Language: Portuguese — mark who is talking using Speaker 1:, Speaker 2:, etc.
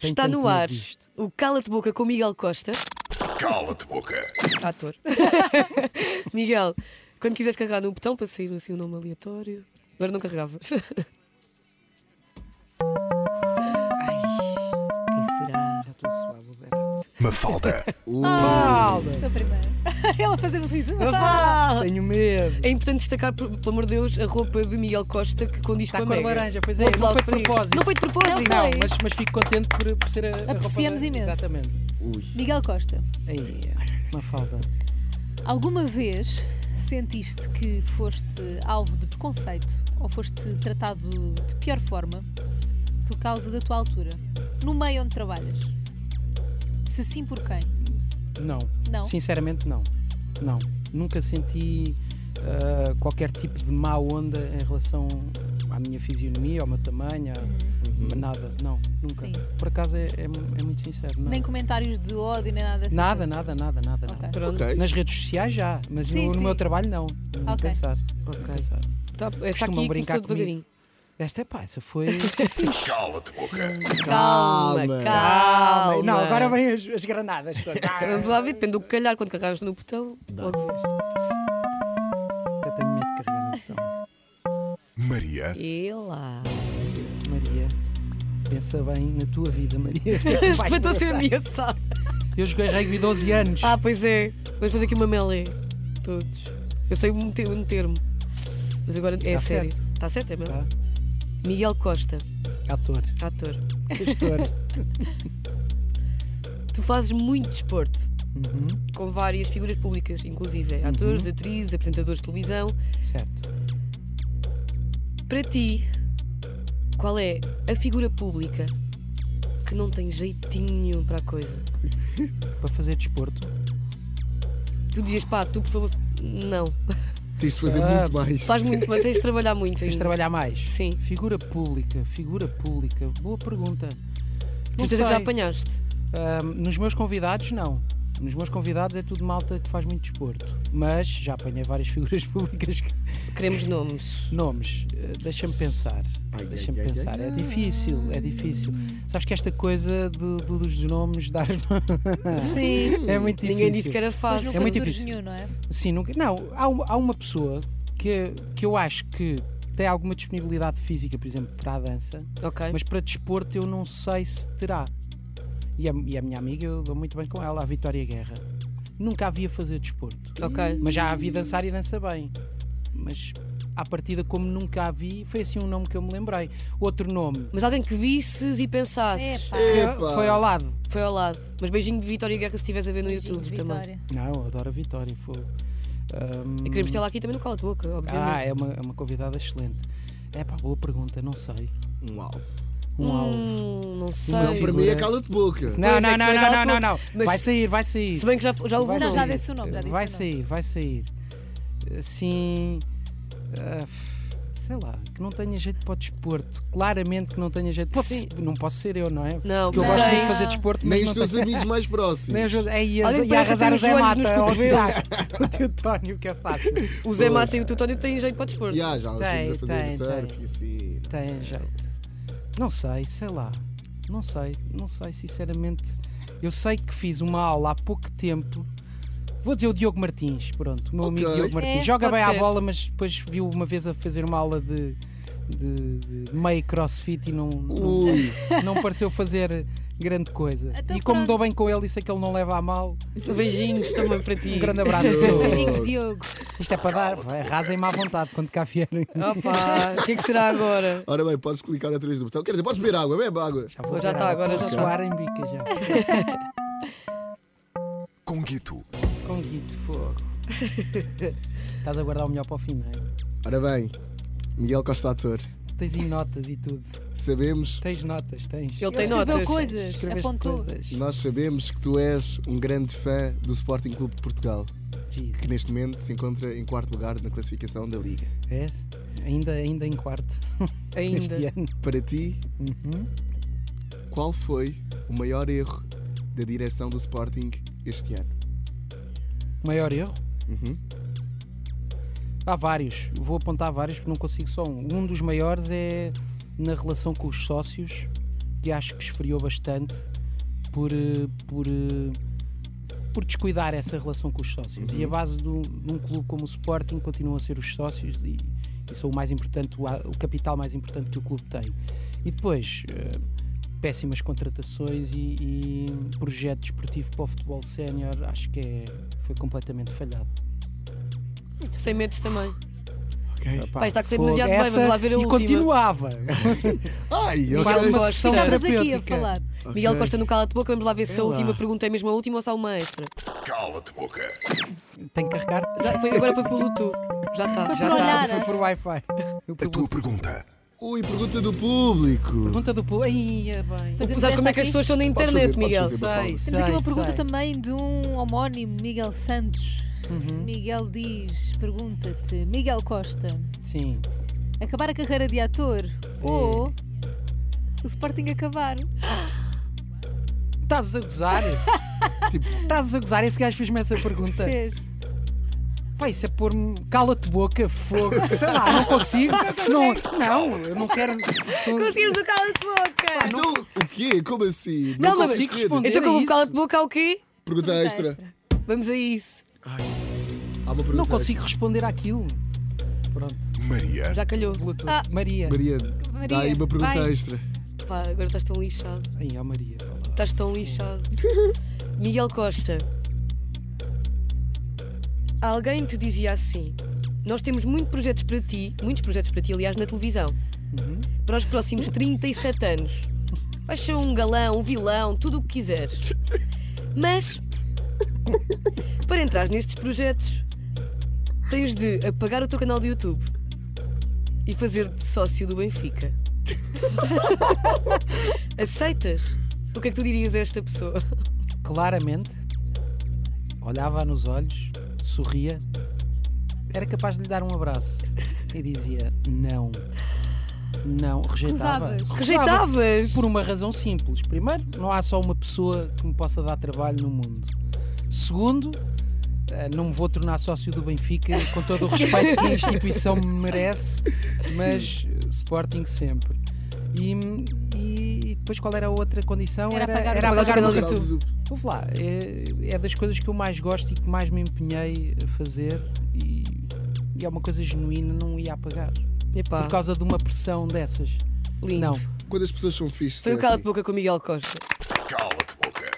Speaker 1: Tem
Speaker 2: Está
Speaker 1: tanto
Speaker 2: no
Speaker 1: medo
Speaker 2: ar
Speaker 1: disto.
Speaker 2: o Cala-te Boca com Miguel Costa,
Speaker 3: Cala-te boca.
Speaker 2: ator. Miguel, quando quiseres carregar no botão para sair assim o nome aleatório. Agora não carregavas. Ai, quem será? Ah,
Speaker 3: Mafalda.
Speaker 4: Sou a primeira. Ela a fazer um sorriso.
Speaker 2: Mafalda!
Speaker 1: Tenho medo.
Speaker 2: É importante destacar, por- pelo amor de Deus, a roupa de Miguel Costa que condiz
Speaker 1: Está
Speaker 2: com a
Speaker 1: com a
Speaker 2: Mega.
Speaker 1: laranja, pois
Speaker 2: Um
Speaker 1: é, não
Speaker 2: aplauso
Speaker 1: foi de
Speaker 2: para ele.
Speaker 1: propósito.
Speaker 2: Não foi de propósito.
Speaker 4: Não
Speaker 1: Não,
Speaker 4: foi.
Speaker 1: mas, mas fico contente por, por ser a, a roupa
Speaker 4: Apreciamos
Speaker 1: da-
Speaker 4: imenso.
Speaker 1: Exatamente.
Speaker 4: Miguel Costa,
Speaker 1: Aí, uma falda.
Speaker 4: alguma vez sentiste que foste alvo de preconceito ou foste tratado de pior forma por causa da tua altura, no meio onde trabalhas? Se sim, por quem?
Speaker 1: Não.
Speaker 4: Não.
Speaker 1: Sinceramente, não. Não. Nunca senti ah, qualquer tipo de má onda em relação à minha fisionomia, ao meu tamanho, a- nada. Não, nunca.
Speaker 4: Uhum. Sim.
Speaker 1: Por acaso é, é mu- é muito sincero. Não.
Speaker 4: Nem comentários de ódio, nem nada assim.
Speaker 1: Nada, nada, nada, nada.
Speaker 4: Ok.
Speaker 1: nada.
Speaker 2: Pronto.
Speaker 3: Ok.
Speaker 1: Nas redes sociais já, mas
Speaker 4: Sim,
Speaker 1: no, no
Speaker 4: sim.
Speaker 1: meu trabalho não. Nem
Speaker 4: Ok.
Speaker 1: pensar.
Speaker 2: Ok.
Speaker 1: nem pensar.
Speaker 2: Tá, esta
Speaker 1: Costumam
Speaker 2: aqui
Speaker 1: brincar
Speaker 2: começou
Speaker 1: comigo.
Speaker 2: devagarinho.
Speaker 1: Esta é pá, essa foi.
Speaker 3: Cala-te boca.
Speaker 2: Calma, calma.
Speaker 5: Calma.
Speaker 1: Não, agora vêm as, as granadas todas. Ah.
Speaker 2: Vamos lá ver, depende do que calhar, quando carregares no botão, logo vês.
Speaker 1: Eu tenho medo de carregar no botão.
Speaker 3: Maria.
Speaker 2: E lá.
Speaker 1: Maria, pensa bem na tua vida, Maria. Vai,
Speaker 2: Estou a ser ameaçada.
Speaker 1: Eu joguei rugby 12 anos.
Speaker 2: Ah, pois é. Vamos fazer aqui uma melee. Todos. Eu sei um, te- um termo. Mas agora é
Speaker 1: Tá
Speaker 2: sério.
Speaker 1: certo.
Speaker 2: Está certo, é mesmo?
Speaker 1: Tá.
Speaker 2: Miguel Costa,
Speaker 1: Ator,
Speaker 2: ator.
Speaker 1: gestor.
Speaker 2: Tu fazes muito desporto.
Speaker 1: Uhum,
Speaker 2: Com várias figuras públicas, inclusive é atores, atrizes, apresentadores de televisão.
Speaker 1: Certo.
Speaker 2: Para ti, qual é a figura pública que não tem jeitinho nenhum para a coisa?
Speaker 1: Para fazer desporto.
Speaker 2: Tu dizias, pá, tu por favor. Não.
Speaker 5: Tens de fazer
Speaker 1: Ah,
Speaker 5: muito mais.
Speaker 2: Faz muito, mas tens de trabalhar muito.
Speaker 1: Tens de
Speaker 2: ainda.
Speaker 1: trabalhar mais.
Speaker 2: Sim.
Speaker 1: Figura pública, figura pública. Boa pergunta. Não
Speaker 2: Certeza que já
Speaker 1: sei.
Speaker 2: apanhaste.
Speaker 1: Ah, nos meus convidados, não. Nos meus convidados é tudo malta que faz muito desporto. Mas já apanhei várias figuras públicas. que-
Speaker 2: Queremos nomes.
Speaker 1: Nomes, eh, deixa-me pensar.
Speaker 5: Ai,
Speaker 1: Deixa-me
Speaker 5: ai, ai,
Speaker 1: pensar.
Speaker 5: ai,
Speaker 1: É difícil, é difícil. Sabes que esta coisa do- do- dos nomes dar
Speaker 2: Sim.
Speaker 1: é muito difícil.
Speaker 2: Ninguém disse que era
Speaker 4: Mas
Speaker 2: fácil.
Speaker 4: nunca
Speaker 1: É muito
Speaker 4: surge
Speaker 1: difícil.
Speaker 4: nenhum, não é?
Speaker 1: Sim, nunca. Não, há, uma- há uma pessoa que, que eu acho que tem alguma disponibilidade física, por exemplo, para a dança,
Speaker 2: Ok.
Speaker 1: mas para desporto eu não sei se terá. E a, e a minha amiga, eu dou muito bem com ela, a Vitória Guerra. Nunca a via fazer desporto.
Speaker 2: Ok.
Speaker 1: Mas já a vi dançar e dança bem. Mas à partida, como nunca a vi, foi assim um nome que eu me lembrei. Outro nome
Speaker 2: Mas alguém que visses e pensasses.
Speaker 4: Epá.
Speaker 1: que
Speaker 5: Epá.
Speaker 1: foi ao lado.
Speaker 2: Foi ao lado. Mas beijinho de Vitória Guerra se estivesse a ver no
Speaker 4: Beijinhos,
Speaker 2: YouTube também.
Speaker 4: Vitória.
Speaker 1: Não, eu adoro a Vitória. Foi. Ahm,
Speaker 2: E queremos tê-la aqui também no colo de boca,
Speaker 1: Ah,
Speaker 2: obviamente.
Speaker 1: é uma, é uma convidada excelente. É pá, boa pergunta, não sei.
Speaker 5: Um alvo.
Speaker 1: Um alvo.
Speaker 2: Hum, não sei.
Speaker 1: Uma
Speaker 5: Não, para
Speaker 1: figura.
Speaker 5: mim é cala-te boca.
Speaker 1: Não,
Speaker 2: Pois é que
Speaker 1: não, não,
Speaker 2: se vai
Speaker 1: não,
Speaker 2: dar
Speaker 1: não, não,
Speaker 2: pouco. Mas-
Speaker 1: Vai sair, vai sair.
Speaker 2: Se bem que já, já houve
Speaker 1: Vai
Speaker 2: um
Speaker 4: Não,
Speaker 2: nome.
Speaker 4: já disse o nome, já disse
Speaker 1: Vai
Speaker 4: o nome.
Speaker 1: sair, vai sair. Assim. ah, sei lá, que não tenha jeito para o desporto. Claramente que não tenha jeito. Pode
Speaker 2: Sim.
Speaker 1: ser- não posso ser eu, não é?
Speaker 2: Não,
Speaker 1: Porque eu
Speaker 2: não.
Speaker 1: gosto muito de
Speaker 4: Não.
Speaker 1: fazer desporto, mas
Speaker 5: Nem os
Speaker 1: não
Speaker 5: teus
Speaker 1: tenho-
Speaker 5: amigos mais
Speaker 1: Nem
Speaker 5: próximos.
Speaker 1: os teus- É, e, a-
Speaker 2: Alguém
Speaker 1: e
Speaker 2: parece
Speaker 1: arrasar
Speaker 2: ter
Speaker 1: o
Speaker 2: os
Speaker 1: Zé
Speaker 2: joelhos
Speaker 1: Mata.
Speaker 2: nos
Speaker 1: ó,
Speaker 2: cotovelos.
Speaker 1: o teu Tónio, que é fácil.
Speaker 2: O Zé Mata e o Tutónio têm jeito para o desporto.
Speaker 5: Já, já,
Speaker 1: Tem,
Speaker 5: estamos a fazer
Speaker 1: tem,
Speaker 5: surf
Speaker 1: tem.
Speaker 5: e assim. não.
Speaker 1: Tem jeito. Não sei, sei lá. Não sei, não sei, sinceramente. Eu sei que fiz uma aula há pouco tempo. Vou dizer o Diogo Martins, pronto, o meu
Speaker 5: Ok.
Speaker 1: amigo Diogo Martins.
Speaker 4: É,
Speaker 1: Joga
Speaker 2: pode
Speaker 1: bem
Speaker 2: ser.
Speaker 1: à bola, mas depois viu uma vez a fazer uma aula de, de- de meio crossfit e não, não,
Speaker 5: Ui,
Speaker 1: não pareceu fazer grande coisa.
Speaker 4: Então
Speaker 1: e como
Speaker 4: pronto.
Speaker 1: dou bem com ele e sei que ele não leva a mal,
Speaker 2: Beijinhos Um também para ti.
Speaker 1: um grande abraço.
Speaker 4: Beijinhos, Diogo.
Speaker 1: Isto é para dar, vai, arrasem-me à vontade quando cá vierem.
Speaker 2: Opa, o que é que será agora?
Speaker 5: ora bem, podes clicar atrás do botão. Quer dizer, podes beber água, bebe água.
Speaker 1: Já vou
Speaker 2: Já
Speaker 1: ver
Speaker 2: está,
Speaker 1: a-
Speaker 2: agora já
Speaker 1: vou
Speaker 2: está.
Speaker 1: suar em bica já.
Speaker 3: Conguito.
Speaker 1: Com guito, fogo. Estás a guardar o melhor para o fim, não é?
Speaker 5: Ora bem, Miguel Costa Ator.
Speaker 1: Tens aí notas e tudo.
Speaker 5: Sabemos,
Speaker 1: Tens notas, tens.
Speaker 2: Ele tem
Speaker 4: escreveu
Speaker 2: notas.
Speaker 4: coisas,
Speaker 1: Escreveste
Speaker 4: apontou.
Speaker 1: coisas.
Speaker 5: nós sabemos que tu és um grande fã do Sporting Clube de Portugal, que
Speaker 1: Jesus.
Speaker 5: neste momento se encontra em quarto lugar na classificação da Liga.
Speaker 1: Vês? Ainda, ainda em quarto.
Speaker 2: Ainda.
Speaker 1: Este ano.
Speaker 5: Para ti,
Speaker 1: Uhum.
Speaker 5: qual foi o maior erro da direção do Sporting este ano?
Speaker 1: Maior erro? Há vários. Vou apontar vários porque não consigo só um. Um dos maiores é na relação com os sócios que acho que esfriou bastante por, eh, por, eh, por descuidar essa relação com os sócios. E a base do- de um clube como o Sporting continuam a ser os sócios e, e são o mais importante, o, a- o capital mais importante que o clube tem. E depois, eh, péssimas contratações e, e projeto desportivo para o futebol sénior, acho que é, foi completamente falhado.
Speaker 2: Sem medos também.
Speaker 5: Ok.
Speaker 1: Epá,
Speaker 2: Pai, está a correr
Speaker 1: fogo,
Speaker 2: demasiado bem, vamos
Speaker 1: essa-
Speaker 2: lá ver a
Speaker 1: e
Speaker 2: última.
Speaker 1: continuava.
Speaker 5: Ai, ok.
Speaker 1: Quase uma
Speaker 2: Costa.
Speaker 1: sessão
Speaker 4: Estavas aqui a
Speaker 1: terapêutica.
Speaker 4: falar.
Speaker 2: Miguel
Speaker 5: Ok.
Speaker 2: Costa no cala de boca, vamos lá ver se a
Speaker 5: Sei lá.
Speaker 2: última pergunta é mesmo a última ou se há uma extra.
Speaker 3: Cala-te boca.
Speaker 1: Tem que carregar?
Speaker 2: Já foi- agora foi pelo Bluetooth. Já está,
Speaker 4: Foi
Speaker 2: já tá.
Speaker 4: por
Speaker 2: está.
Speaker 4: olhar.
Speaker 1: Foi por Wi-Fi. Eu
Speaker 3: A
Speaker 1: pergunto.
Speaker 3: tua pergunta.
Speaker 5: Ui, pergunta do público.
Speaker 1: Pergunta do povo. Ai, é bem.
Speaker 4: Fazemos
Speaker 2: Sabes como
Speaker 4: esta
Speaker 2: é que as
Speaker 4: aqui?
Speaker 2: pessoas são na
Speaker 5: Podes
Speaker 2: internet,
Speaker 5: fazer, podes
Speaker 2: Miguel?
Speaker 5: fazer.
Speaker 1: Sei,
Speaker 4: Temos aqui
Speaker 1: sei,
Speaker 4: uma pergunta
Speaker 1: sei.
Speaker 4: também de um homónimo, Miguel Santos.
Speaker 1: Uhum.
Speaker 4: Miguel diz: pergunta-te, Miguel Costa,
Speaker 1: Sim.
Speaker 4: acabar a carreira de ator ou o Sporting acabar?
Speaker 1: Estás a gozar? tipo, estás a gozar? Esse gajo fez-me essa pergunta.
Speaker 4: Fez.
Speaker 1: Pá, isso é pôr-me. Cala-te boca, fogo. Sei lá, não consigo. não, não, eu não quero. sou-
Speaker 2: Conseguimos o cala de boca!
Speaker 5: Então, o quê? Como assim?
Speaker 2: Calma,
Speaker 5: vais
Speaker 1: consigo
Speaker 5: querer?
Speaker 1: responder.
Speaker 4: é
Speaker 2: Então, como o
Speaker 1: isso.
Speaker 2: cala de boca, há o quê?
Speaker 5: Pergunta extra.
Speaker 2: Vamos a isso.
Speaker 5: Há uma pergunta
Speaker 1: Não consigo responder àquilo. Pronto.
Speaker 3: Maria.
Speaker 2: Já calhou.
Speaker 1: Bluetooth.
Speaker 4: Ah.
Speaker 1: Maria.
Speaker 5: extra. Maria, dá aí uma pergunta
Speaker 4: vai.
Speaker 5: extra.
Speaker 2: Pá, agora estás tão lixado.
Speaker 1: Ai, ó Maria. fala.
Speaker 2: Estás tão lixado. Miguel Costa. Alguém te dizia assim: Nós temos muitos projetos para ti, muitos projetos para ti, aliás, na televisão. Para os próximos 37 anos. Vais ser um galão, um vilão, tudo o que quiseres. Mas, para entrar nestes projetos, tens de apagar o teu canal do YouTube e fazer-te sócio do Benfica. Aceitas? O que é que tu dirias a esta pessoa?
Speaker 1: claramente, olhava nos olhos, sorria, era capaz de lhe dar um abraço e dizia não, não, rejeitava.
Speaker 4: Recusavas.
Speaker 2: Rejeitavas?
Speaker 1: Por uma razão simples. Primeiro, não há só uma pessoa que me possa dar trabalho no mundo. Segundo, eh, não me vou tornar sócio do Benfica, com todo o respeito que a instituição me merece, mas eh, Sporting sempre. E, e- e depois qual era a outra condição?
Speaker 4: Era apagar o
Speaker 1: era
Speaker 4: canal
Speaker 1: apagar
Speaker 2: do
Speaker 1: o
Speaker 2: YouTube.
Speaker 1: YouTube. Vamos lá, é, é das coisas que eu mais gosto e que mais me empenhei a fazer e, e é uma coisa genuína, não ia apagar.
Speaker 2: Epá,
Speaker 1: Por causa de uma pressão dessas.
Speaker 2: lindo.
Speaker 1: Não.
Speaker 5: Quando as pessoas são fixas.
Speaker 2: Foi
Speaker 5: é
Speaker 2: o cala
Speaker 5: assim.
Speaker 2: de boca com o Miguel Costa.
Speaker 3: Cala-te boca.